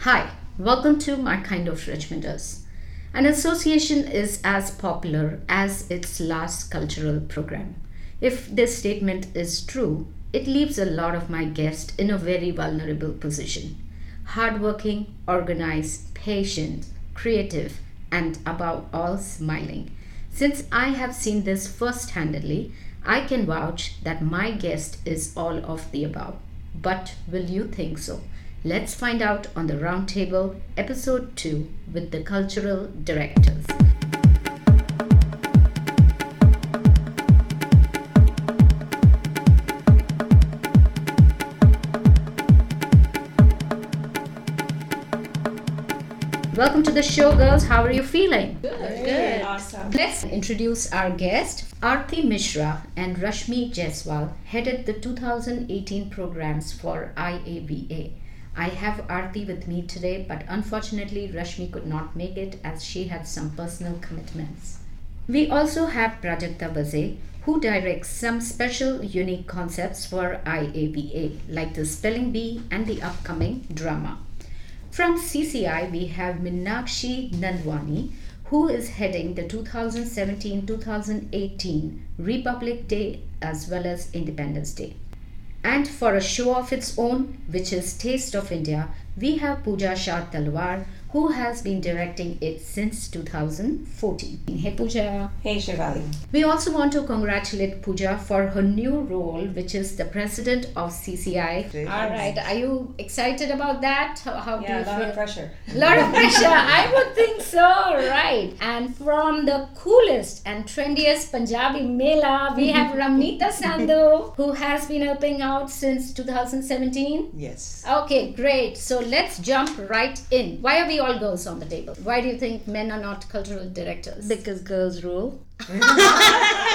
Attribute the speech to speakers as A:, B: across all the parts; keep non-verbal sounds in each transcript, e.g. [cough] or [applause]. A: Hi, welcome to my kind of Richmonders. An association is as popular as its last cultural program. If this statement is true, it leaves a lot of my guests in a very vulnerable position. Hardworking, organized, patient, creative, and above all, smiling. Since I have seen this first handedly, I can vouch that my guest is all of the above. But will you think so? Let's find out on the Roundtable, Episode 2, with the Cultural Directors. Welcome to the show, girls. How are you feeling?
B: Good. Good. Awesome.
A: Let's introduce our guest. Arti Mishra and Rashmi Jaiswal headed the 2018 programs for IABA. I have Arti with me today, but unfortunately, Rashmi could not make it as she had some personal commitments. We also have Prajakta Baze, who directs some special unique concepts for IABA, like the spelling bee and the upcoming drama. From CCI, we have Minakshi Nandwani, who is heading the 2017 2018 Republic Day as well as Independence Day. And for a show of its own, which is Taste of India, we have Pooja Shah Talwar, who has been directing it since 2014. Hey Pooja!
B: Hey, Shivali.
A: We also want to congratulate Pooja for her new role, which is the president of CCI. All right, are you excited about that? How, how do
B: Yeah,
A: you
B: a lot
A: feel?
B: of pressure.
A: lot of pressure. I would think so, right? And from the coolest and trendiest Punjabi Mela, we have [laughs] Ramnita Sandhu, who has been helping out since 2017.
C: Yes.
A: Okay, great. So let's jump right in. Why are we all girls on the table? Why do you think men are not cultural directors?
D: Because girls rule?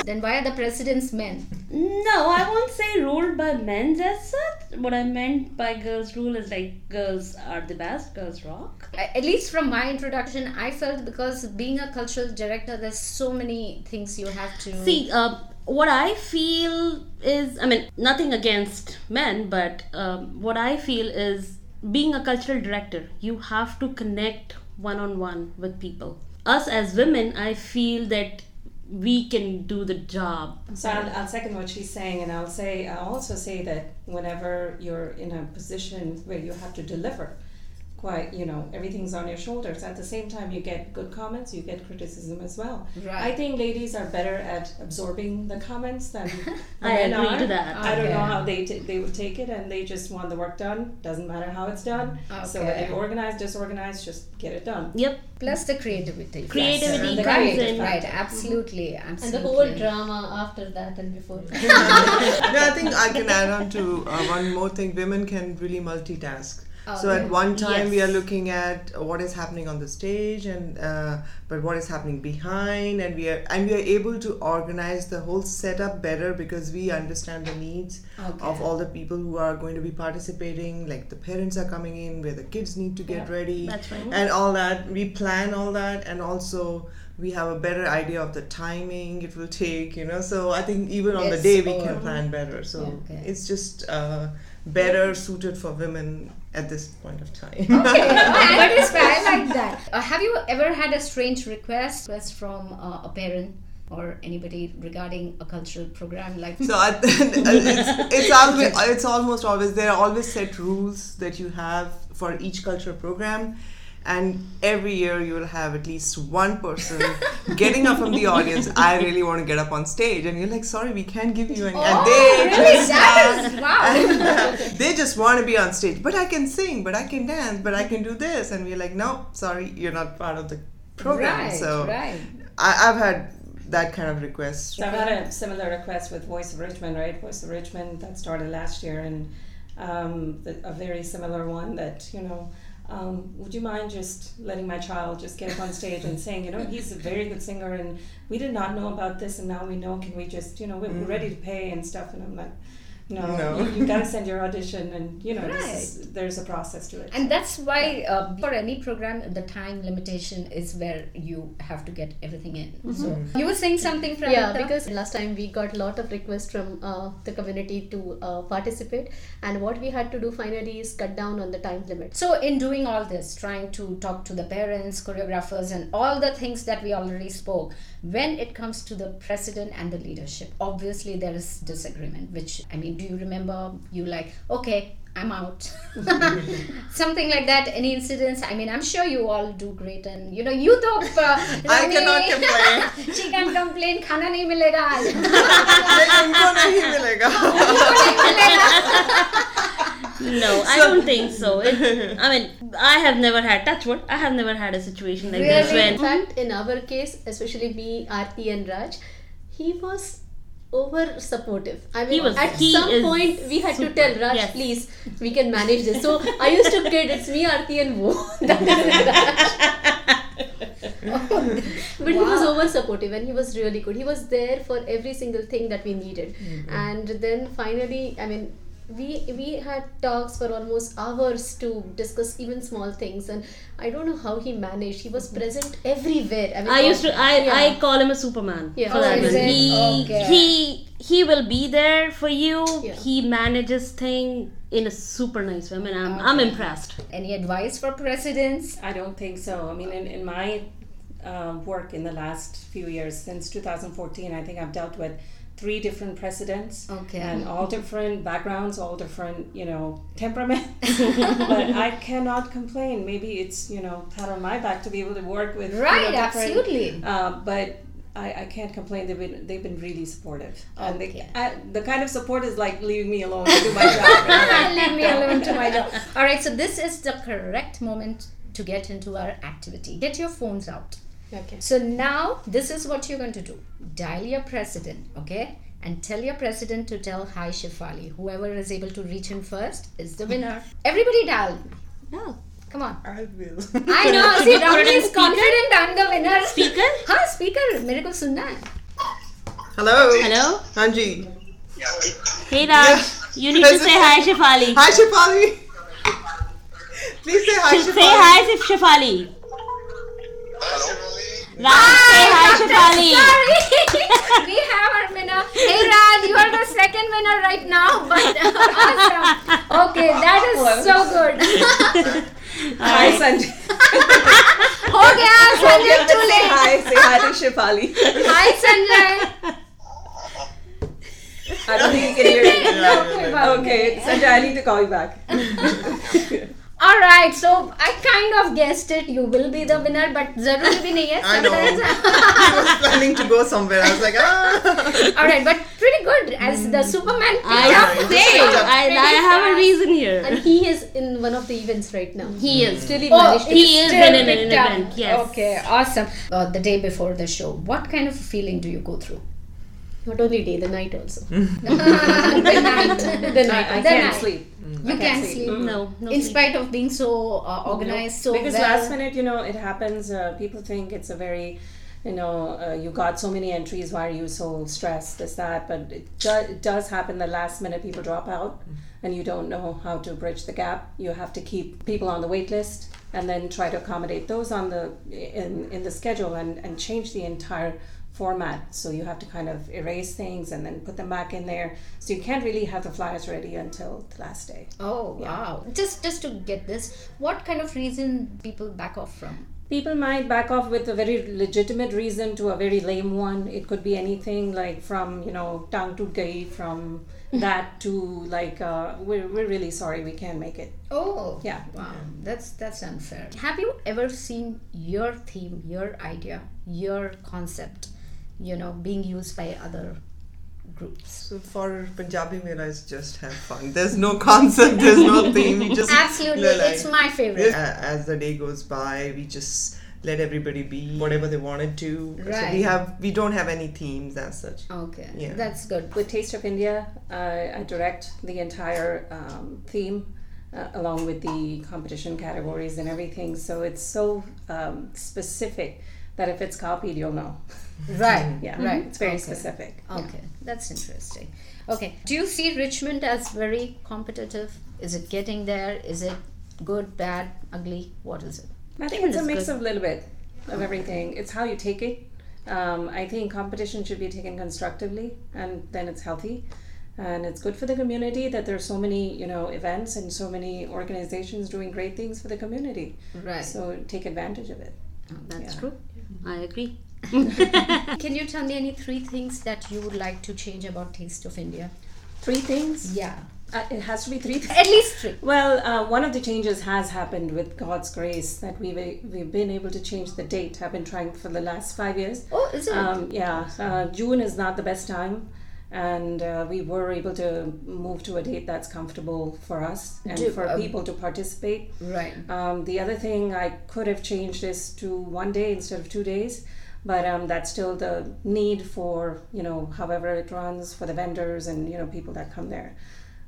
A: then why are the presidents men?
D: No, I won't say ruled by men as such. What I meant by girls rule is like girls are the best, girls rock.
A: A- At least from my introduction, I felt because being a cultural director, there's so many things you have to
D: See, uh, what I feel is, I mean, nothing against men, but um, what I feel is being a cultural director, you have to connect one on one with people. Us as women, I feel that we can do the job.
B: So I'll, I'll second what she's saying, and I'll say I'll also say that whenever you're in a position where you have to deliver, quite you know everything's on your shoulders. At the same time, you get good comments, you get criticism as well. I
A: Right.
B: think ladies are better at absorbing the comments than the
D: [laughs] I
B: men
D: agree
B: are.
D: to that.
B: I don't know
A: Okay.
B: how they t- they would take it, and they just want the work done. Doesn't matter how it's done. So whether
A: Okay.
B: you organize, disorganized, just get it done.
D: Yep.
A: Plus the creativity.
D: Creativity
A: Yes. Mm-hmm.
B: comes
A: right,
B: in.
A: Right, absolutely. absolutely.
E: drama after that and
D: [laughs]
E: before.
C: No, I think I can add on to uh, one more thing. Women can really multitask.
A: Oh,
C: so at one time we are
D: Yes.
C: looking at uh, what is happening on the stage, and uh, but what is happening behind, and we are and we are able to organize the whole setup better because we understand the needs
A: Okay.
C: of all the people who are going to be participating. Like the parents are coming in, where the kids need to get ready,
D: That's right.
C: and all that. We plan all that, and also we have a better idea of the timing it will [laughs] take. You know, so I think even on
A: Yes, Oh,
C: the day we
A: or-
C: can plan better. So
A: Okay.
C: it's just uh, better suited for women at this point of time.
A: Okay, [laughs] that is fair. I like that. [laughs] Uh, have you ever had a strange request, request from uh, a parent or anybody regarding a cultural program? [laughs] Like,
C: [laughs] so I, uh,
A: [laughs]
C: it's, it's, always, it's almost always there are always set rules that you have for each cultural program and every year you will have at least one
A: [laughs]
C: person getting up from the audience i really want to get up on stage and you're like sorry we can't give you any
A: oh,
C: and they
A: really?
C: just
A: That is wow.
C: and uh, [laughs] they just want to be on stage. But I can sing, but I can dance, but I can do this. And we're like, no, sorry, you're not part of the program.
A: Right,
C: so
A: right.
C: I, I've had that kind of request. [laughs]
B: So I've had a similar request with Voice of Richmond, right? Voice of Richmond that started last year, and um, the, a very similar one that you know. Um, would you mind just letting my child just get up on stage and sing? You know, he's a very good singer, and we did not know about this, and now we know. Can we just, you know, we're ready to pay and stuff? And I'm like, No,
C: No.
B: you, you gotta send your audition, and you know, this is, there's a process to it.
A: And that's why uh, for any program, the time limitation is where you have to get everything in. So you were saying something from
E: yeah because last time we got a lot of requests from uh, the community to uh, participate and what we had to do finally is cut down on the time limit
A: so in doing all this, trying to talk to the parents, choreographers, and all the things that we already spoke, when it comes to the president and the leadership, obviously there is disagreement. Which I mean, do you remember you like okay? I'm
C: [laughs]
A: out. Something like that. Any incidents? I mean, I'm sure you all do great, and you know, you thought. Uh,
C: [laughs] I
A: Rani-
C: cannot complain.
A: [laughs] she can complain खाना नहीं मिलेगा आज
C: [laughs]
A: [laughs]
C: नहीं, हमको नहीं मिलेगा
D: No, I don't think so.
E: [laughs]
D: It, I mean, I have never had touch wood. I have never had a situation like this
A: Really?
E: in
D: when
E: fact in our case especially me arti and raj he was over supportive i mean
D: He was-
E: at
D: he
E: some
D: is
E: point we had to
D: super,
E: tell raj
D: yes.
E: please we can manage this so i used to kid it's me arti and wo [laughs] That is Raj. but he was
A: Wow.
E: over supportive and he was really good he was there for every single thing that we needed
C: Mm-hmm.
E: and then finally i mean we we had talks for almost hours to discuss even small things and i don't know how he managed he was
C: Mm-hmm.
E: present everywhere i mean
D: I used to, I,
E: Yeah.
D: I call him a Superman.
E: Yeah.
D: for
E: Oh,
D: that
E: is
D: reason.
E: it?
D: He,
A: Okay.
D: he, he will be there for you.
E: Yeah.
D: He manages thing in a super nice way. I mean, I'm, I'm impressed.
A: Any advice for presidents?
B: I don't think so. I mean, in, in my uh, work in the last few years, since 2014, I think I've dealt with three different presidents.
A: Okay.
B: And all different backgrounds, all different, you know,
A: [laughs]
B: temperaments. but I cannot complain. Maybe it's, you know, pat on my back to be able to work with. you know,
A: Right,
B: different-
A: absolutely.
B: Uh, but I, I can't complain. They've been they've been really supportive, and
A: Okay.
B: they, I, the kind of support is like leaving me alone to do my job.
A: [laughs] Ah, Leave me alone to my job. All right, so this is the correct moment to get into our activity. Get your phones out.
E: okay
A: So now this is what you're going to do. Dial your president, okay? And tell your president to tell hi Shefali. Whoever is able to reach him first is the winner. Everybody dial.
D: No.
A: Come on.
C: I will.
A: I know.
D: Should
A: See,
D: we put it
A: Ramani
D: in
A: is
D: speaker?
A: confident. I'm the winner.
D: Speaker?
A: हाँ speaker मेरे को सुनना है
C: Hello.
D: Hello?
C: हाँ जी.
D: Hey Raj, you need to say hi Shefali.
C: Hi Shefali. Please say hi
D: Say
C: Shefali.
D: hi Shef- Shefali. Raj, say hi Shefali.
A: Sorry, we have our winner. Hey Raj, you are the second winner right now. But [laughs] awesome. Okay, that
D: Oh,
A: is so good.
B: Hi, Sanjay.
A: हो गया Sanjay
B: Say
A: too late.
D: [laughs]
B: hi, say hi to Shefali.
A: Hi Sanjay.
B: I don't think you can hear me.
A: No, कोई बात नहीं.
B: Okay, Sanjay, I need to call you back.
A: All right, so I kind of guessed it. You will be the winner, but जरूरी भी नहीं है.
C: I know.
A: Sometimes-
C: I was planning to go somewhere. I was like, ah.
A: uh, All right, but pretty good as the Superman.
D: [laughs] Hmm. I
A: picked up.
C: Sorry.
D: say, I, I have a reason
E: and
D: here.
E: he is in one of the events right now
D: He is.
E: still in
A: Oh,
E: managed
D: he
A: it's
D: is
A: still
D: when in an
A: picked up.
D: event, yes.
A: Okay, awesome. Uh, the day before the show, what kind of feeling do you go through?
C: Mm-hmm.
E: not only day the night also
C: Hmm?
A: the night.
D: [laughs]
E: the night
B: I
A: The
B: can't
A: night.
B: sleep.
A: You can sleep.
D: No, no.
A: In spite of being so uh, organized, so
B: because
A: well.
B: last minute, you know, it happens. Uh, people think it's a very, you know, uh, you got so many entries. Why are you so stressed? This that, but it, ju- it does happen. The last minute, people drop out,
A: Mm.
B: and you don't know how to bridge the gap. You have to keep people on the wait list, and then try to accommodate those on the in in the schedule, and and change the entire format so you have to kind of erase things and then put them back in there so you can't really have the flyers ready until the last day
A: oh wow! Just just to get this, what kind of reason people back off from?
B: People might back off with a very legitimate reason to a very lame one. It could be anything like from, you know, tongue to gai,
A: [laughs]
B: from that to like, uh, we're, we're really sorry, we can't make it.
A: Oh
B: Yeah.
A: wow, that's that's unfair. Have you ever seen your theme, your idea, your concept, you know, being used by other groups?
C: So for Punjabi Mera, it's just have fun. There's no concept. There's no theme. You just
A: Absolutely,
C: They're like-
A: it's my favorite.
C: Uh, as the day goes by, we just let everybody be whatever they wanted to. So we
A: Right.
C: have we don't have any themes as such.
A: Okay,
C: Yeah.
A: that's good.
B: With Taste of India, I I direct the entire um, theme uh, along with the competition categories and everything. So it's so um, specific that if it's copied, you'll know.
A: Right.
B: Yeah,
A: Right.
B: It's very
A: Okay.
B: specific.
A: Okay, that's interesting. Okay, do you see Richmond as very competitive? Is it getting there? Is it good, bad, ugly? What is Oh. it?
B: I think
D: Even
B: it's a
D: it's
B: mix
D: good.
B: of a little bit of everything. It's how you take it. Um, I think competition should be taken constructively, and then it's healthy, and it's good for the community that there's so many you know events and so many organizations doing great things for the community.
A: Right.
B: So take advantage of it.
D: That's
B: Yeah.
D: true. I agree.
A: Can you tell me any three things that you would like to change about Taste of India?
B: Three things.
A: Yeah,
B: Uh, it has to be three things.
A: at least three.
B: Well, uh, one of the changes has happened with God's grace that we've we've been able to change the date. I've been trying for the last five years.
A: Oh, is it?
B: Um, yeah, uh, June is not the best time, and uh, we were able to move to a date that's comfortable for us and
A: Do-
B: for
A: um,
B: people to participate.
A: right.
B: Um, the other thing I could have changed is to one day instead of two days, but um, that's still the need for you know however it runs for the vendors and you know people that come there.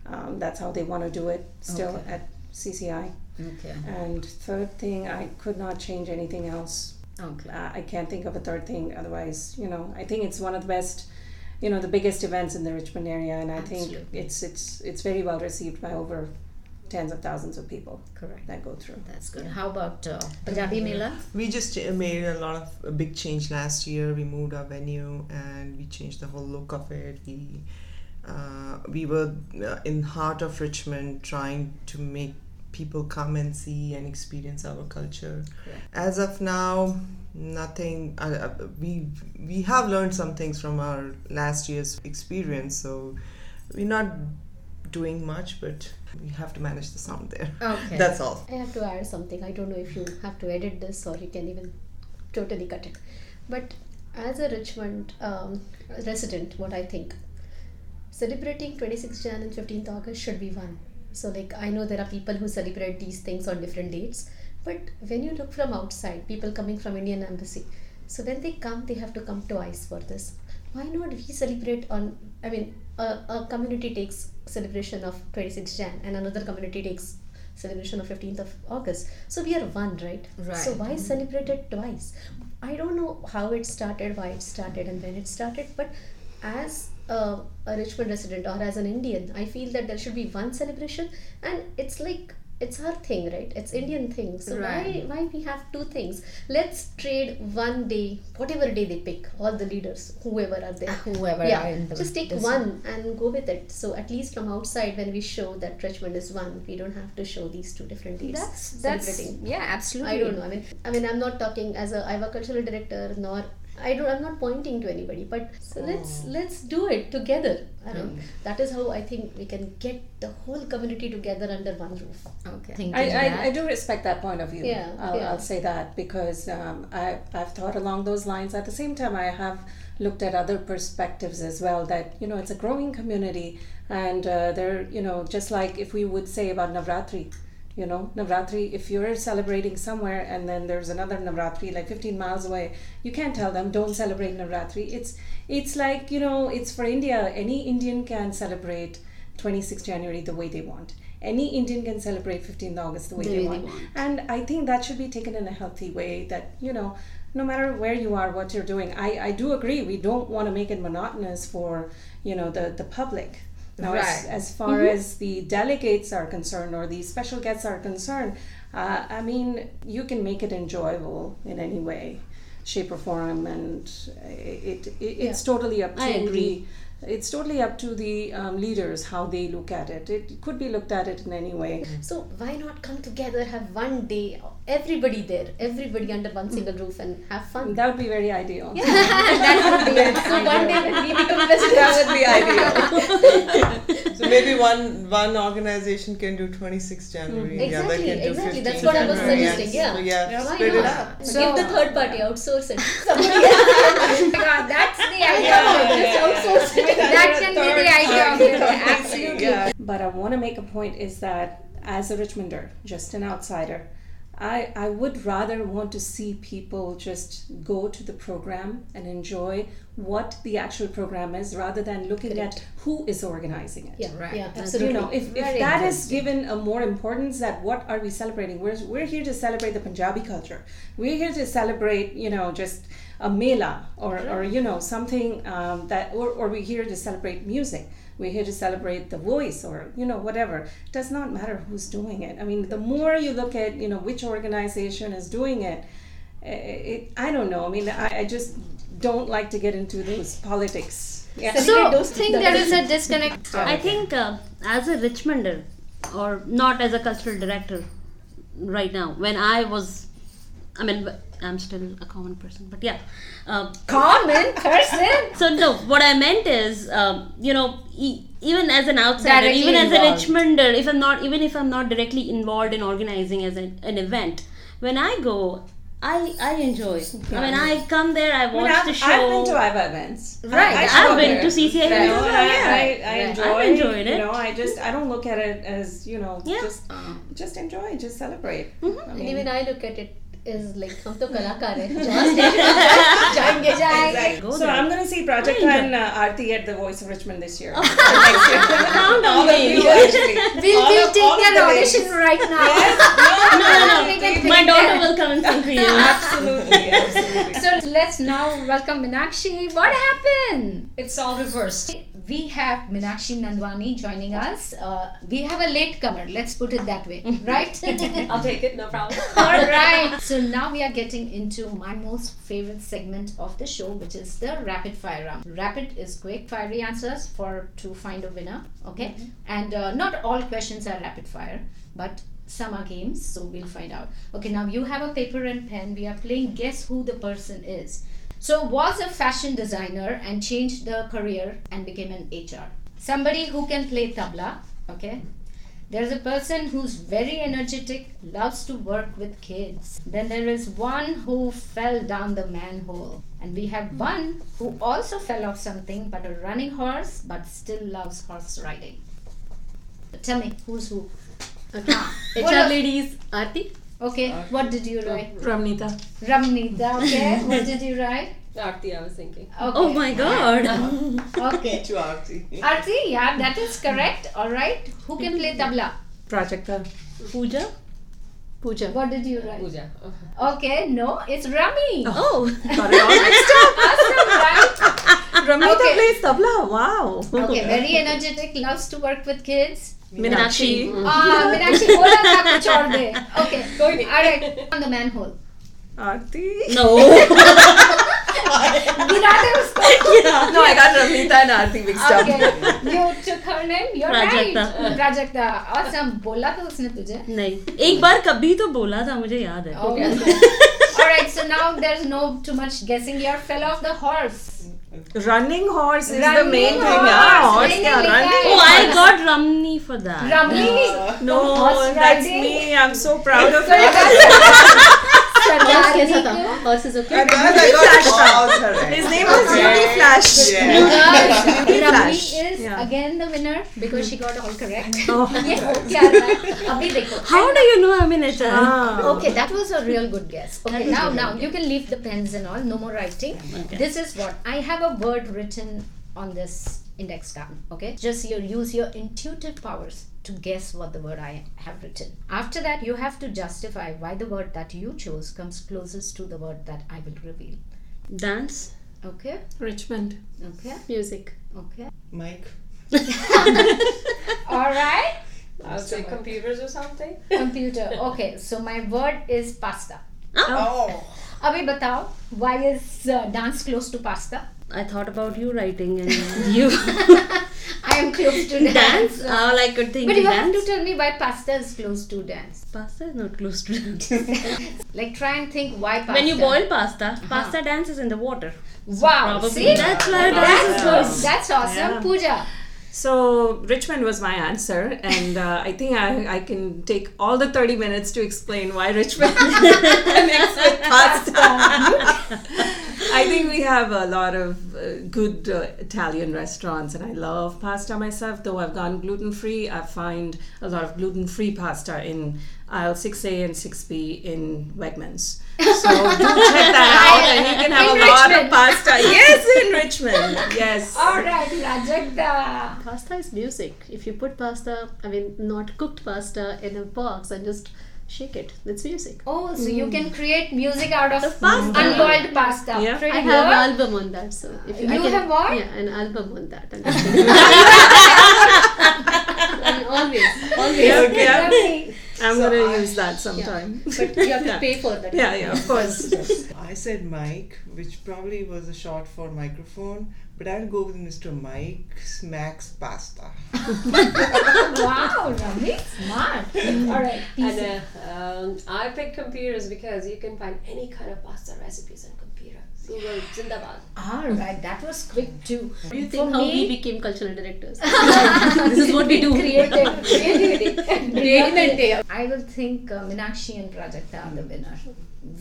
B: Um, that's how they want to do it still
A: Okay.
B: at CCI.
A: Okay.
B: And third thing, I could not change anything else
A: Okay.
B: uh, I can't think of a third thing. Otherwise, you know, I think it's one of the best, you know, the biggest events in the Richmond area, and I think
A: Absolutely.
B: it's it's it's very well received by over tens of thousands of people
A: Correct.
B: that go through.
A: That's good. How about uh, Punjabi Mela?
C: We just ch- made a lot of a big change last year. We moved our venue and we changed the whole look of it. We uh, we were uh, in heart of Richmond trying to make people come and see and experience our culture. As of now, nothing. Uh, uh, we we have learned some things from our last year's experience, so we're not doing much, but we have to manage the sound there.
A: Okay.
C: [laughs] That's all.
E: I have to add something. I don't know if you have to edit this or you can even totally cut it. But as a Richmond um, resident, what I think celebrating 26th Jan and 15th August should be one. So, like, I know there are people who celebrate these things on different dates, but when you look from outside, people coming from Indian Embassy, so when they come, they have to come twice for this. Why not we celebrate on? I mean, a, a community takes celebration of 26th Jan, and another community takes celebration of 15th of August. So we are one, right?
A: Right.
E: So why celebrate it twice? I don't know how it started, why it started, and when it started, but as a, a Richmond resident or as an Indian, I feel that there should be one celebration, and it's like it's our thing, right? It's Indian thing. So
A: Right.
E: why why we have two things? Let's trade one day, whatever day they pick, all the leaders, whoever are there.
A: Whoever. are
E: Yeah,
A: in the
E: just take
A: this-
E: one and go with it. So at least from outside, when we show that Richmond is one, we don't have to show these two different days.
A: That's that's
E: celebrating.
A: yeah, absolutely.
E: I don't know. I mean, I mean, I'm not talking as a I'm a cultural director, nor I don't. I'm not pointing to anybody. But so
A: Oh.
E: let's let's do it together. I
A: Hmm.
E: don't. That is how I think we can get the whole community together under one roof.
A: Okay. Thinking
B: I,
A: that-
B: I, I do respect that point of view.
E: Yeah,
B: I'll,
E: yeah.
B: I'll say that because um, I, I've thought along those lines. At the same time, I have looked at other perspectives as well that, you know, it's a growing community and uh, they're, you know, just like if we would say about Navratri, you know, Navratri, if you're celebrating somewhere and then there's another Navratri like 15 miles away, you can't tell them don't celebrate Navratri. It's, it's like, you know, it's for India. Any Indian can celebrate 26th January the way they want. Any Indian can celebrate 15th August the way they,
D: way they
B: want.
D: want.
B: And I think that should be taken in a healthy way that, you know, no matter where you are, what you're doing. I, I do agree, we don't want to make it monotonous for, you know, the, the public. Now, as,
A: Right.
B: as far as the delegates are concerned or the special guests are concerned, uh, I mean, you can make it enjoyable in any way, shape, or form, and uh, it, it, it's totally up to
D: I agree.
B: the it's totally up to the um, leaders how they look at it. It could be looked at it in any way.
E: So why not come together, have one day, everybody there, everybody under one single roof, and have
B: [laughs]
E: fun.
B: That would be very ideal. [laughs]
E: that would be it. So one day when we become residents,
C: would be ideal. so maybe one one organization can do 26 January. Yeah,
E: Exactly,
C: can do
E: exactly.
C: 15
E: That's what I was
C: January.
E: suggesting, yeah.
C: Yeah,
E: why
C: split it
E: not?
C: up.
E: So,
B: So-
E: Give the third party, outsource
B: [laughs]
E: it.
A: Oh my God, that's [laughs] the idea.
E: Just outsource it.
A: That can be the idea of it. Absolutely.
B: But I want to make a point is that as a Richmonder, just an outsider, I, I would rather want to see people just go to the program and enjoy what the actual program is rather than looking at who is organizing it.
E: Yeah,
A: Right.
E: yeah,
A: That's-
E: absolutely.
B: You know, if, if
E: Very
B: that is
E: interesting.
B: given a more importance, that what are we celebrating? We're, we're here to celebrate the Punjabi culture. We're here to celebrate, you know, just a mela or, or you know, something um, that, or, or we're here to celebrate music. We're here to celebrate the voice or, you know, whatever. does not matter who's doing it. I mean, the more you look at, you know, which organization is doing it, i- it I don't know. I mean, I, I just don't like to get into those politics. Yeah.
E: Celebrate
D: So,
E: those
A: think
E: things.
A: there is a disconnect.
D: I think uh, as a Richmonder, or not as a cultural director, right now when I was, I mean I'm still a common person, but yeah. Uh,
A: common person.
D: so no, what I meant is, um, you know, e- even as an outsider,
A: Directly
D: even as
A: involved.
D: a Richmonder, if I'm not, even if I'm not directly involved in organizing as an, an event, when I go. I, I enjoy. I mean, I come there. I watch
B: I mean, I've,
D: the show.
B: I've been to IVA events.
A: Right,
B: I, I
D: I've
B: show
D: been
A: [laughs]
B: there.
D: to CCI
B: You know,
D: events.
B: I, I, I
A: Right.
B: enjoy.
D: I've enjoyed
B: You
D: it.
B: know, I just I don't look at it as you know
D: Yeah.
B: just just enjoy, just celebrate. I
E: And
B: mean,
E: even I look at it as like, हम तो
B: [laughs]
E: कलाकार हैं, जहाँ stage पर जाएंगे जाएंगे
B: exactly.
D: Go
B: So
D: there.
B: I'm gonna see Project
D: I
B: and uh, Aarti at the Voice of Richmond this year.
D: Count on
B: All of
D: me.
B: you actually.
A: We'll,
B: All
A: we'll
B: of- all
A: take
B: of
A: their
B: the ladies.
A: audition right now.
D: No, no, no.
A: We can
D: [laughs] My
A: take
D: daughter
A: that.
D: will come and sing for you.
B: Absolutely,
A: [laughs]
B: absolutely.
A: So let's now welcome Minakshi. What happened? It's all reversed. We have Minakshi Nandwani joining us. Uh, we have a latecomer, let's put it that [laughs] way, right?
F: I'll take it, no problem.
A: all right. So now we are getting into my most favorite segment of the show, which is the rapid fire round. Rapid is quick, fiery answers for to find a winner. Okay, and uh, not all questions are rapid fire, but some are games, so we'll find out. Okay, now you have a paper and pen. We are playing guess who the person is. So was a fashion designer and changed the career and became an HR. Somebody who can play tabla. Okay, there's a person who's very energetic, loves to work with kids. Then there is one who fell down the manhole. And we have one who also fell off something but a running horse but still loves horse riding. Tell me, who's who? What
E: HR
A: else?
E: ladies, Aarti.
A: Okay,
F: Uh,
A: what did you write?
F: Ramnita.
A: Ramnita, okay.
F: [laughs]
A: what did you write?
F: Aarti, I was thinking.
A: Okay.
D: Oh my god.
A: Okay.
C: to Aarti.
A: Arti, yeah, that is correct. All right. Who can play tabla?
F: Prajakta.
D: Pooja?
E: Pooja.
A: What did you write?
F: Pooja.
A: Okay, no, it's Rami.
D: Oh.
F: Got it all mixed up.
A: Awesome, right?
D: [laughs]
F: Ramnita
A: Okay.
F: plays tabla. Wow.
A: Okay, very energetic, loves to work with kids.
D: Meenakshi.
A: [laughs]
F: Meenakshi.
A: Ah, Meenakshi, बोला था कुछ और दे. Okay, all right. On the [laughs] manhole.
F: Aarti.
D: No.
A: गिरा दे उसको.
F: No, I got Ramnita and Aarti mixed up.
A: Okay, you took her name. You're
D: Prajakta.
A: right. Prajakta. Awesome. बोला था उसने तुझे.
D: नहीं एक बार कभी तो बोला था मुझे याद है
A: Oh.
F: [laughs]
A: All right. So now there's no too much guessing. You fell off the horse.
F: Running horse is the
A: Running
F: main thing.
A: horse,
F: Yeah,
B: Ah,
F: horse.
A: running
F: Yeah,
A: like
F: running.
A: that.
D: Oh, I got Ramni for that.
A: Ramni.
F: No,
A: Horse
F: that's
A: riding.
F: me. I'm so proud of
A: So you
F: it.
A: got
F: [laughs]
E: Horse
A: Sardarni
E: कैसा था?
A: को-
E: Horse is okay.
C: And as I got all correct.
F: His name was Beauty Flash.
C: Yeah.
A: Gosh, Ramni
F: Flash.
A: is
F: Yeah.
A: again the winner because she got all correct. [laughs]
F: Oh.
A: ये हो क्या रहा है? अभी देखो.
D: How do you know I'm in HR?
F: Ah.
A: Okay, that was a real good guess. Okay,
D: was
A: now
D: a
A: now you can leave the pens and all. No more writing.
D: Okay.
A: This is what I have a word written on this index card. Okay, just you use your intuitive powers to guess what the word I have written. After that, you have to justify why the word that you chose comes closest to the word that I will reveal.
D: Dance?
A: Okay,
F: Richmond.
A: okay,
E: Music.
A: okay. [laughs]
C: Mike.
A: All right,
G: I'll say computers or something.
A: computer. Okay, so my word is pasta.
C: Oh.
A: Abhi batao, why is uh, dance close to pasta?
D: I thought about you writing and you
A: I am close to dance.
D: dance. Oh, All I could think
A: But you
D: is
A: have to
D: dance.
A: tell me why pasta is close to dance.
D: Pasta is not close to dance.
A: Like try and think why pasta.
D: When you boil pasta, pasta dances in the water.
A: Wow.
D: Probably
A: See?
D: that's why dance
A: That's,
D: is close.
A: that's awesome.
F: Yeah.
D: [laughs]
A: Pooja.
F: So Richmond was my answer, and uh, I think I, I can take all the thirty minutes to explain why Richmond [laughs] connects with pasta. I think we have a lot of uh, good uh, Italian restaurants, and I love pasta myself. Though I've gone gluten free, I find a lot of gluten free pasta in
B: aisle 6A and 6B in Wegmans. So do check that out and you can have a lot of pasta. Yes, in Richmond. Yes.
H: right, Rajakta.
E: Pasta is music. If you put pasta, I mean, not cooked pasta in a box and just shake it, it's music.
H: Oh, so you can create music out of
D: Hmm. pasta.
H: unboiled pasta.
B: Yeah.
H: Pretty
E: I have
H: good.
E: an album on that, so if you, I
H: You
E: can-
H: have what?
E: Yeah, an album on that. And [laughs] and always, always.
B: Okay, I'm,
H: Lovely.
B: I'm gonna use that sometime.
E: But you have to pay for that.
B: Yeah, yeah, of course.
C: I said Mike, which probably was a short for microphone, but I'll go with Mr. Mike Smacks Pasta.
H: wow, Rami, smart.
D: Hmm.
H: All right, pizza.
I: And uh, um, I pick computers because you can find any kind of pasta recipes on computer. Google Zindabad.
A: All right, that was quick too.
E: Do you think
A: For
E: how
A: me-
E: we became cultural
D: [laughs]
E: directors? this is what we do.
H: Creative,
A: [laughs]
H: creativity.
E: Day in and day out.
A: I will think uh, Minakshi and Prajakta are the winner.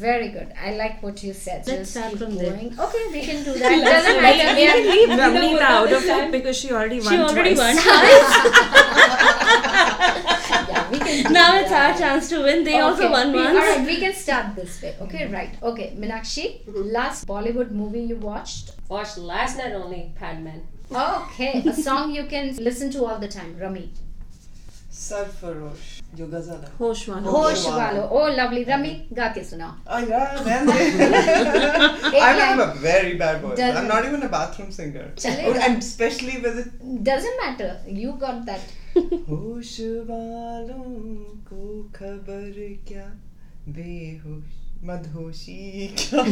A: Very good. I like what you said.
D: Let's start from there.
A: there. Okay, we can
D: [laughs]
A: do that.
H: Let's
A: Doesn't
H: do
A: matter.
H: that.
A: We are-
B: Ramnita out of it because she already won
D: She already
B: twice.
A: yeah, we can [laughs] do
D: now it's our
A: that.
D: chance to win. They also
A: Okay,
D: won
A: we-
D: once.
A: All right, we can start this way. Okay, right. Okay, Minakshi,
D: Mm-hmm.
A: last Bollywood movie you watched.
I: Watched last night only, Padman.
A: Okay, a song you can listen to all the time. Rami.
C: Sarfarosh. Yogazala.
B: Hosh one.
A: Hosh walo. Oh, lovely. Rami, ga ke sunao.
C: Oh yeah, man. I'm, I'm a very bad voice.
A: Doesn't-
C: I'm not even a bathroom singer. Oh,
A: चलेगा।
C: And especially with it.
A: Doesn't matter. You got that.
C: होश वालों को खबर क्या बेहोश मदहोशी क्या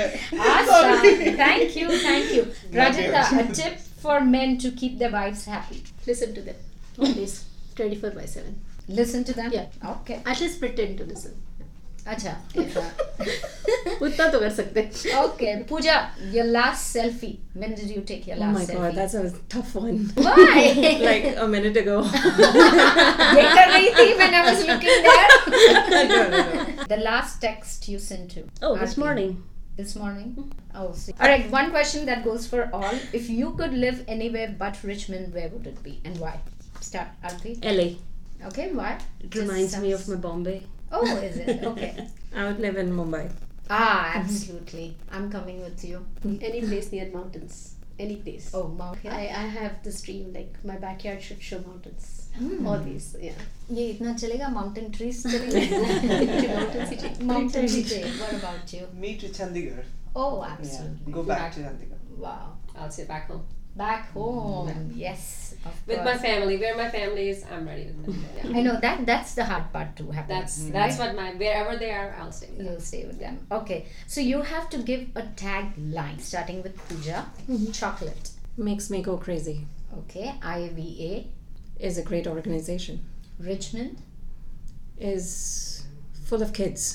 A: Awesome. thank you, thank you.
C: My
A: Rajita, a
C: dear.
A: tip for men to keep their wives happy.
E: Listen to them. Always. 24 by 7.
A: Listen to them.
E: Yeah.
A: Okay.
E: At least pretend to listen.
A: Acha. yeah.
E: उतना तो कर सकते हैं।
D: Oh,
A: okay. Pooja, your last selfie. When did you take your
B: Oh
A: last
B: my
A: selfie?
B: god, that's a tough one.
A: Why?
B: [laughs] like a minute ago.
A: Get a rethi when I was looking there.
B: [laughs] No, no, no.
A: the last text you sent to.
D: oh, this
A: Arti.
D: morning.
A: This morning?
B: Mm-hmm.
A: Oh, see. All right, one question that goes for all. If you could live anywhere but Richmond, where would it be and why? Start, Arti.
D: LA.
A: Okay, why?
D: It
A: Just
D: reminds me
A: sounds-
D: of my Bombay.
A: Oh, is
B: [laughs]
A: it?
D: [laughs]
A: Okay.
B: I would live in Mumbai.
A: ah, absolutely. I'm coming with you.
E: Any place near mountains. Any place.
A: Oh, Mount Hill.
E: I, I have this dream like my backyard should show mountains.
A: Hmm.
E: Always. Yeah.
A: Oh, ये इतना चलेगा mountain trees चलेगा
E: mountains ही चाहिए.
A: Mountain What about you?
C: Me to Chandigarh.
A: Oh,
C: Yeah.
A: absolutely.
C: Go back to Chandigarh.
A: Wow.
I: I'll sit back home.
A: Back home. Yes. Of
I: With my
A: course.
I: family. Where my family is, I'm ready with them.
A: [laughs]
I: Yeah.
A: I know that that's the hard part to happen.
I: That's that's what my wherever they are, I'll stay with them.
A: You'll stay with them. Okay. So you have to give a tagline starting with Pooja. Chocolate.
B: Makes me go crazy.
A: Okay. IVA.
B: Is a great organization.
A: Richmond. [laughs]
B: Is full of kids.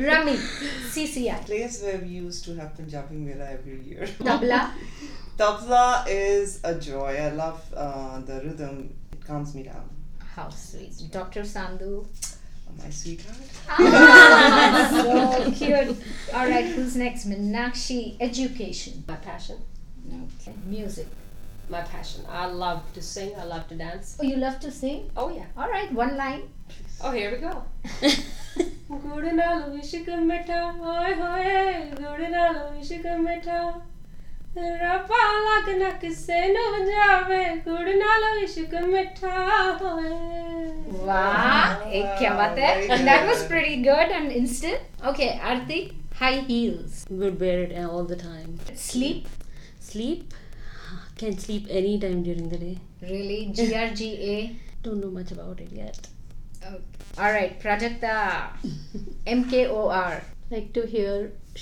A: Rami. CCI.
C: Place where we used to have Punjabi Mela every year. [laughs]
A: Tabla.
C: Tabla is a joy. I love uh, the rhythm. It calms me down.
A: How sweet. Dr. Sandhu.
C: My sweetheart.
A: Ah, [laughs] so cute. All right, who's next? Minakshi, education.
I: My passion.
A: Okay. Music.
I: My passion. I love to sing. I love to dance.
A: Oh, you love to sing?
I: Oh yeah.
A: All right, one line.
I: Oh, here we go. ਗੁੜ ਨਾਲ ਇਸ਼ਕ ਮਿੱਠਾ ਓਏ ਹੋਏ ਗੁੜ ਨਾਲ ਇਸ਼ਕ ਮਿੱਠਾ ਰੱਬਾ ਲੱਗ ਨਾ ਕਿਸੇ ਨੂੰ ਵਜਾਵੇ ਗੁੜ ਨਾਲ ਇਸ਼ਕ ਮਿੱਠਾ ਹੋਏ
A: Wow. Ek kya baat hai?
C: very
A: That
C: good.
A: was pretty good and instant. Okay, Arti, high heels.
D: Would wear it all the time.
A: Sleep.
D: Sleep. Can sleep any time during the day.
A: Really? GRGA.
D: Don't know much about it yet.
A: All right, Prajakta. MKOR.
E: Like to hear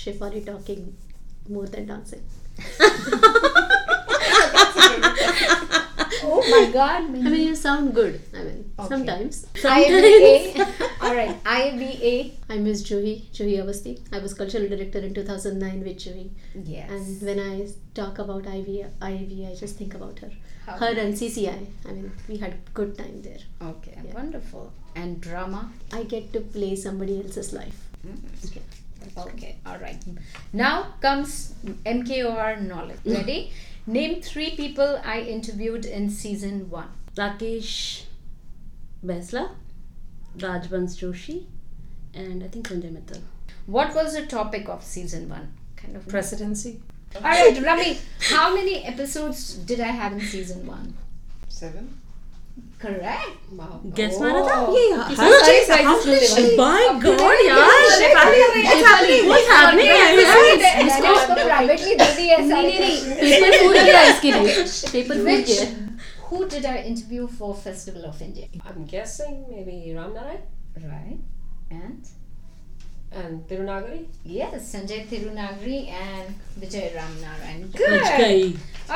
E: Shefali talking more than dancing.
A: Oh my god.
E: I mean you sound good. I mean
A: Okay.
E: sometimes.
A: IVA. All right, IVA.
E: [laughs] I miss Juhi, Juhi Avasti. I was cultural director in 2009 with Juhi.
A: Yes.
E: And when I talk about IV, IV, I just think about her.
A: How
E: her and CCI. I mean, we had good time there.
A: Okay,
E: Yeah.
A: wonderful. And drama.
E: I get to play somebody else's
A: [laughs]
E: life.
A: Okay, all right. Now comes
F: [laughs]
A: MKOR knowledge. Ready? Name three people I interviewed in season one.
D: Rakesh Besla, Rajvans Joshi, and I think Sanjay Mittal.
A: What was the topic of season one? Kind of.
F: [laughs] Presidency.
A: All right, Rami. How many episodes did I have in season one?
C: Seven?
A: Correct. Wow.
F: Oh.
D: Guess Mara tha?
F: Yeah.
D: How did she?
A: Oh,
D: My God, yaar!
F: It's happening. What's happening?
G: Privately दे दी है सारे question।
E: Paper फूल गया इसके लिए paper फूल
A: Which-
E: गया
A: Who did I interview for Festival of India?
I: I'm guessing maybe Ramnarai
A: Right. And
I: and Tirunagari.
A: yes, Sanjay Tirunagari and Vijay Ramnaran.
D: बच
A: Good.
D: गई.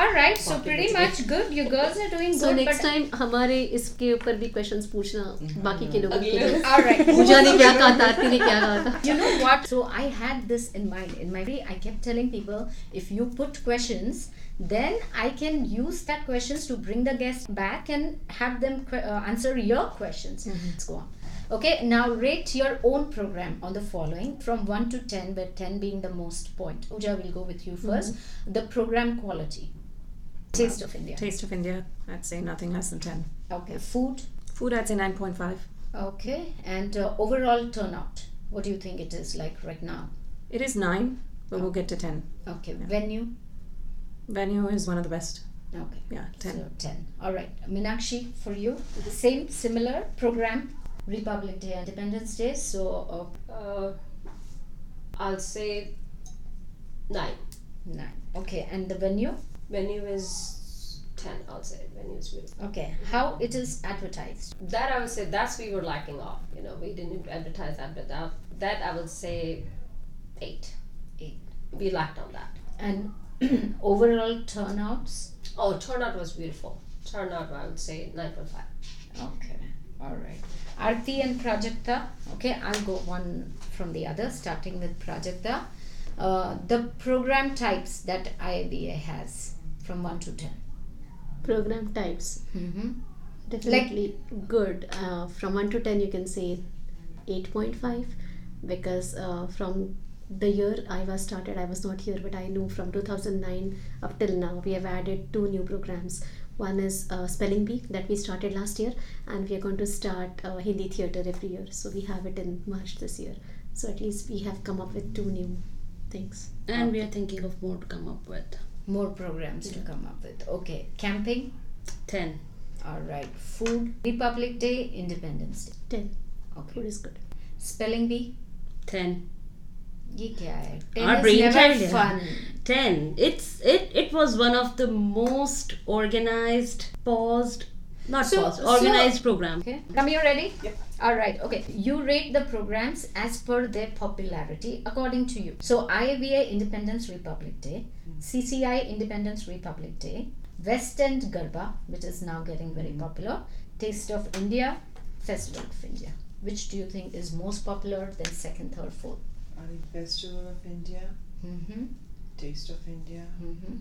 A: All right. So pretty much good. You girls are doing
E: so
A: good.
E: Next
A: but- Mm-hmm.
E: Time हमारे इसके ऊपर भी questions पूछना बाकी के लोगों के
A: [laughs]
E: लिए
A: all right.
E: पूजा ने क्या कहा था आरती ने क्या कहा था
A: you know what so i had this in mind in my i kept telling people if you put questions then i can use that questions to bring the guest back and have them que- uh, answer your questions let's go on okay now rate your own program on the following from 1 to 10 where 10 being the most point uja will go with you 1st the program quality taste of india
F: Taste of India. I'd say nothing less than ten.
A: okay food
F: Food. I'd say nine point five.
A: okay and uh, overall turnout what do you think it is like right now
F: It is nine, but we'll get to ten.
A: okay venue
F: Venue is one of the best.
A: okay
F: Yeah, ten.
A: So 10. All right. Minakshi, for you, same, similar program, Republic Day, Independence Day. So, uh,
I: Uh, I'll say nine.
A: 9. Okay. And the venue?
I: Venue is ten. I'll say venue is beautiful.
A: Okay. How it is advertised?
I: That I would say that's we were lacking of. You know, we didn't advertise that, but that, that I would say eight.
A: Eight.
I: We lacked on that.
A: And [clears throat] overall turnouts?
I: Oh, turnout was beautiful. Turnout, I would say nine point five.
A: Okay. All right. Arti and Prajakta. Okay. I'll go one from the other, starting with Prajakta. Uh, the program types that IABA has from 1 to 10.
E: program types
A: Mm-hmm.
E: definitely good uh, from 1 to 10 you can say 8.5 because uh, from the year i was started i was not here but i know from 2009 up till now we have added two new programs one is uh, spelling bee that we started last year and we are going to start uh, hindi theater every year so we have it in march this year so at least we have come up with two new things
D: And we are thinking of more to come up with.
A: More programs to come up with. Okay. Camping?
D: Ten.
A: All right. Food, Republic Day, Independence Day.
E: 10
A: Okay.
E: food is good
A: Spelling bee.
D: Ten.
A: ये क्या है?
D: Our
A: Ten
D: brain
A: is
D: child
A: never
D: है।
A: fun.
D: Ten. It's it. It was one of the most organized, paused, not
A: So-
D: paused,
A: so-
D: organized program.
A: Okay. Rami, you ready? Yep. All right. Okay. You rate the programs as per their popularity according to you. So IAVA Independence Republic Day, CCI Independence Republic Day, West End Garba, which is now getting very popular, Taste of India, Festival of India. Which do you think is most popular than second, third, fourth?
C: I think Festival of India,
A: Mm-hmm.
C: Taste of India.
A: Mm-hmm.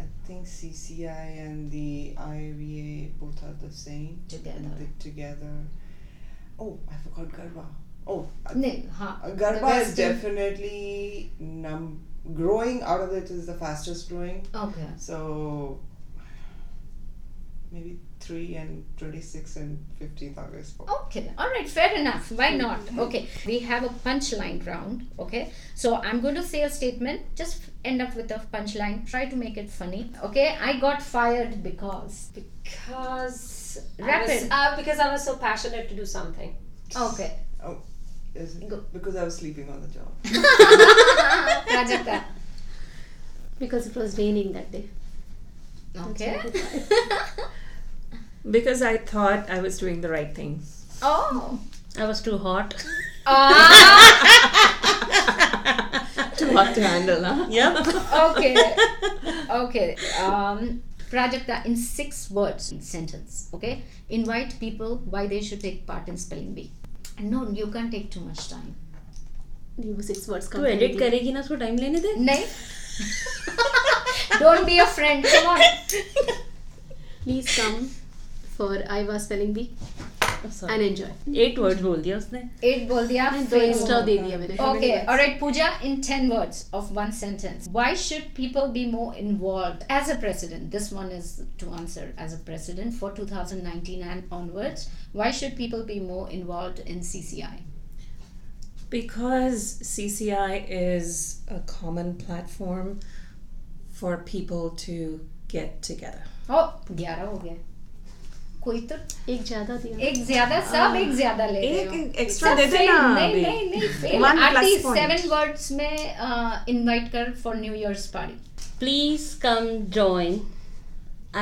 C: I think CCI and the IVA both are the same.
A: Together.
C: And they together. Oh, I forgot Garba. Oh, uh,
A: No, huh.
C: uh,
A: The
C: Garba
A: West
C: is
A: End-
C: definitely num- growing out of it is the fastest growing.
A: Okay.
C: So maybe 3 and 26 and 15th August.
A: Okay. All right. Fair enough. Why not? Okay. We have a punchline round. Okay. So I'm going to say a statement. Just end up with a punchline. Try to make it funny. Okay. I got fired because.
I: Because I was,
A: Rapid.
I: uh, because I was so passionate to do something.
A: Okay.
C: Is it?
A: Go.
C: Because I was sleeping on the job.
A: Ah, Rajakta.
E: because it was raining that day
A: Okay.
F: Because I thought I was doing the right thing.
A: Oh.
D: I was too hot.
A: Ah.
F: Too hot to handle, huh?
D: [laughs] Yep.
A: Okay. Okay. Um. Prajakta in six words sentence. Okay. Invite people why they should take part in spelling bee. No, you can't take too much time.
E: you six words
D: तू edit
E: completely.
D: करेगी ना उसको time लेने दे
A: नहीं don't be a friend come on
E: please come for Iva Spelling Bee
D: हाँ।
E: and enjoy.
D: Eight word बोल दिया उसने
A: एट बोल दिया
E: तो
A: फिर-
E: Insta दे दिया मैंने
A: Okay, all right, Pooja, in 10 words of one sentence, why should people be more involved as a president? This one is to answer as a president for 2019 and onwards. Why should people be more involved in CCI?
B: Because CCI is a common platform for people to get together.
A: Oh, 11 हो गया कोई तो
E: एक ज्यादा दिया
A: एक ज्यादा सब एक ज्यादा ले रहे हो
F: एक एक्स्ट्रा
A: सब
F: दे
A: fail,
F: देना
A: नहीं
F: अभी।
A: नहीं नहीं fail.
F: One plus
A: आरती
F: point.
A: सेवन वर्ड्स में इनवाइट कर for new year's party
D: Please come join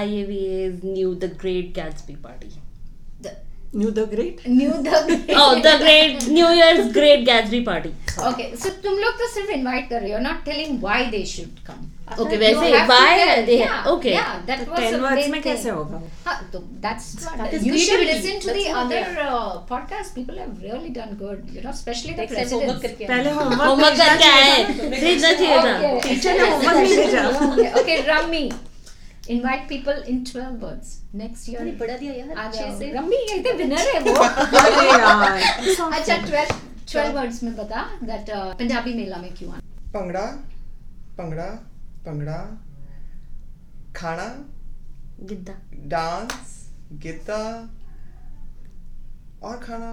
D: IAVA's new The Great Gatsby Party.
F: New the great.
A: New the
D: [laughs] Oh, the Great New Year's Great Gatsby Party.
A: Okay so तुम लोग तो सिर्फ invite कर रहे हो not telling why they should come
D: Okay, वैसे why are they okay?
A: That was
F: तो Ten words में कैसे होगा?
A: तो that's
E: is
A: you should
E: creativity.
A: Listen to the
E: That's what we
A: other podcast people have really done good you know specially the
G: except homework
A: president
G: करके
F: पहले homework
D: homework
F: भेजना
D: करके आए
F: चाहिए था।
D: भेजना चाहिए था
F: टीचर ने homework नहीं भेजा।
A: Okay rummy invite people in 12 words next year
G: मैंने पढ़ा दिया यार
A: अच्छे
G: अच्छे से
A: से रम्मी ये तो winner है वो
F: अरे यार, it's not
A: अच्छा 12 12 words में बता that uh, पंजाबी मेला में क्यों आना
C: पंगड़ा पंगड़ा पंगड़ा खाना
D: गिद्दा
C: डांस गिद्दा और खाना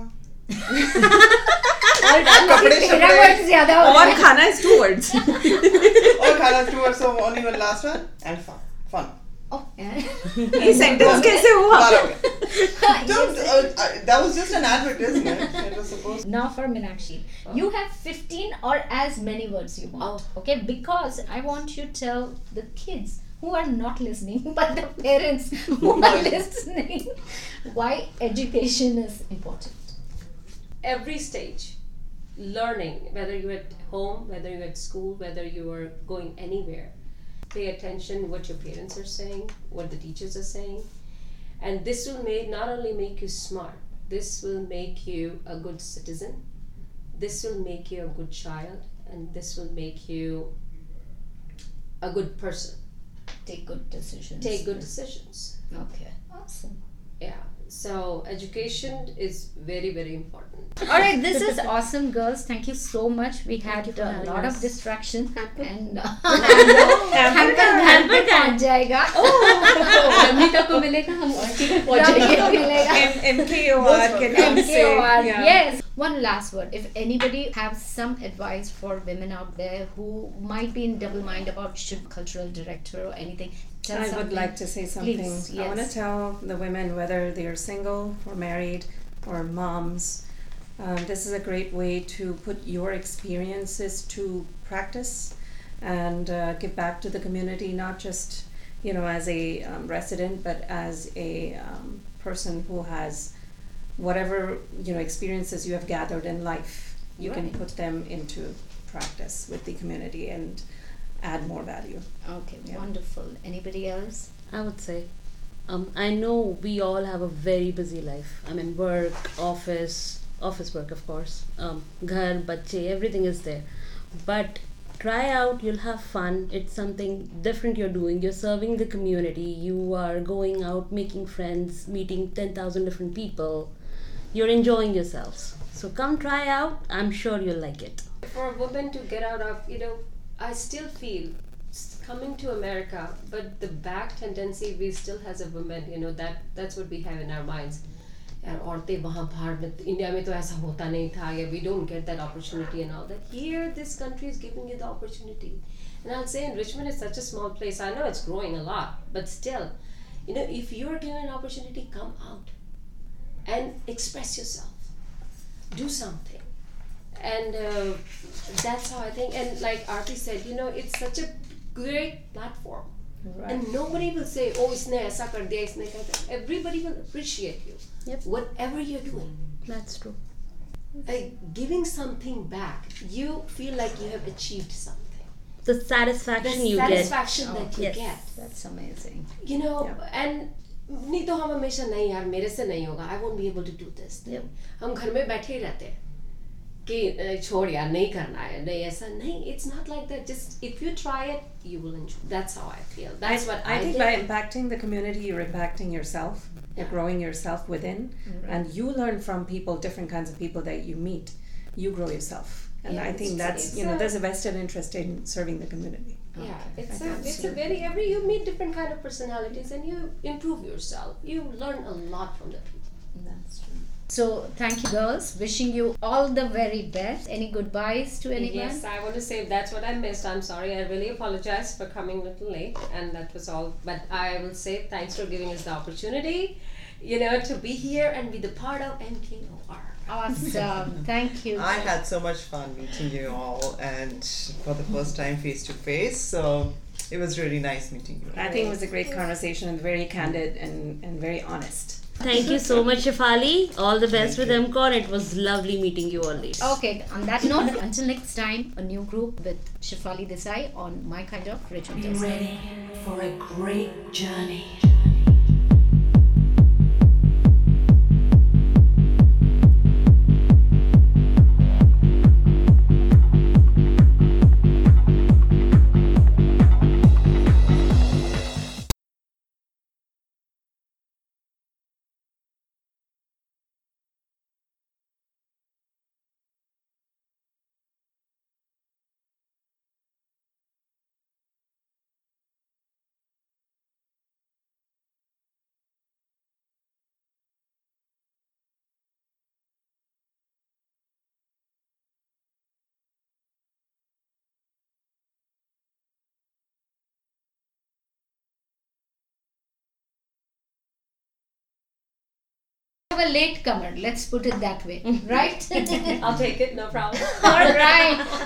C: कपड़े
A: तेरह
C: शपड़े
A: words ज्यादा हो
F: और खाना is two words.
C: और खाना towards so only one last one and fun fun
A: Oh,
F: ये sentence कैसे हुआ?
C: Not okay. Don't, uh, uh, that was just an advertisement. It was supposed
A: Now for Minakshi. You have 15 or as many words you want. Okay, because I want you to tell the kids who are not listening, [laughs] but the parents who [laughs] are listening, why education is important.
I: every stage learning whether you're at home whether you're at school whether you are going anywhere pay attention what your parents are saying what the teachers are saying and this will make not only make you smart this will make you a good citizen this will make you a good child and this will make you a good person
A: Take good decisions.
I: take good decisions
A: Okay. Awesome.
I: yeah so education is very very important
A: [laughs] All right, this is awesome, girls. Thank you so much. We had
D: you for
A: a
D: having
A: lot of
D: us.
A: distraction [laughs] and uh,
F: Hamper
A: hamper Oh. पहुंच जाएगा [laughs]
G: mummy का को मिलेगा हम और ठीक है
A: जाएगा मिलेगा
F: M- MKOR can come
A: Thank you,
F: say.
A: Awad.
F: Yeah.
A: Yes. One last word. If anybody has some advice for women out there who might be in double mind about should cultural director or anything, tell
B: I would
A: something.
B: like to say something.
A: Please,
B: I want to
A: yes.
B: tell the women, whether they are single or married or moms, um, this is a great way to put your experiences to practice and uh, give back to the community, not just you know as a um, resident, but as a um, person who has whatever you know experiences you have gathered in life. You can put them into practice with the community and add more value.
A: Okay, wonderful. Anybody else?
D: I would say. Um, I know we all have a very busy life. I mean, work, office, office work, of course. Um, ghar, bache, everything is there. But try out, you'll have fun. It's something different you're doing. You're serving the community. You are going out, making friends, meeting 10,000 different people. You're enjoying yourselves. So come try out. I'm sure you'll like it.
I: for a woman to get out of you know i still feel s- coming to america but the back tendency we still has a woman you know that that's what we have in our minds यार औरतें वहाँ बाहर में India में तो ऐसा होता नहीं था या we don't get that opportunity and all that here this country is giving you the opportunity and I say Richmond is such a small place I know it's growing a lot but still you know if you are given an opportunity come out and express yourself do something and uh, that's how I think. And like Arti said, you know, it's such a great platform, and nobody will say, "Oh, isne aisa kar diya, isne kar diya." Everybody will appreciate you,
D: Yep.
I: whatever you're doing.
D: That's true.
I: Like giving something back, you feel like you have achieved something.
D: The
I: The
D: satisfaction you get.
I: satisfaction that you
D: yes.
I: get.
A: That's amazing.
I: you know and नहीं तो हम हमेशा नहीं यार मेरे से नहीं होगा I won't be able to do this हम घर में बैठे ही रहते हैं कि "अ, छोड़ यार नहीं करना है नहीं ऐसा नहीं it's not like that just if you try it you will enjoy that's how I feel that's what
B: I
I: I
B: think
I: think
B: by impacting the community, you're impacting yourself, you're growing yourself within, and you learn from people, different kinds of people that you meet. You grow yourself. And
I: Yeah,
B: I think
I: it's-
B: that's,
J: it's
B: you know,
J: a-
B: there's a vested interest in serving the community.
I: yeah
J: It's
I: it's
J: a, it's a
I: absolutely.
J: very every
I: you meet different kind of personalities and you improve yourself you learn a lot from the people
A: That's true. So thank you, girls. Wishing you all the very best. Any goodbyes to anyone?
I: yes i want to say that's what i missed i'm sorry i really apologize for coming a little late and that was all but i will say thanks for giving us the opportunity you know to be here and be the part of mkor [laughs]
A: Awesome. thank you.
C: I had so much fun meeting you all and for the first time face to face. So it was really nice meeting you.
B: I think it was a great conversation and very candid and, and very honest.
D: Thank you so much, Shafali. All the best with MCON. It was lovely meeting you all ladies.
A: Okay, on that note, until next time, a new group with Shafali Desai on My Kind of Ritual Test.
K: ready for a great journey.
A: have a
I: [laughs]
A: late comer, let's put it that way, right?
I: i'll take it no problem
A: [laughs] All right.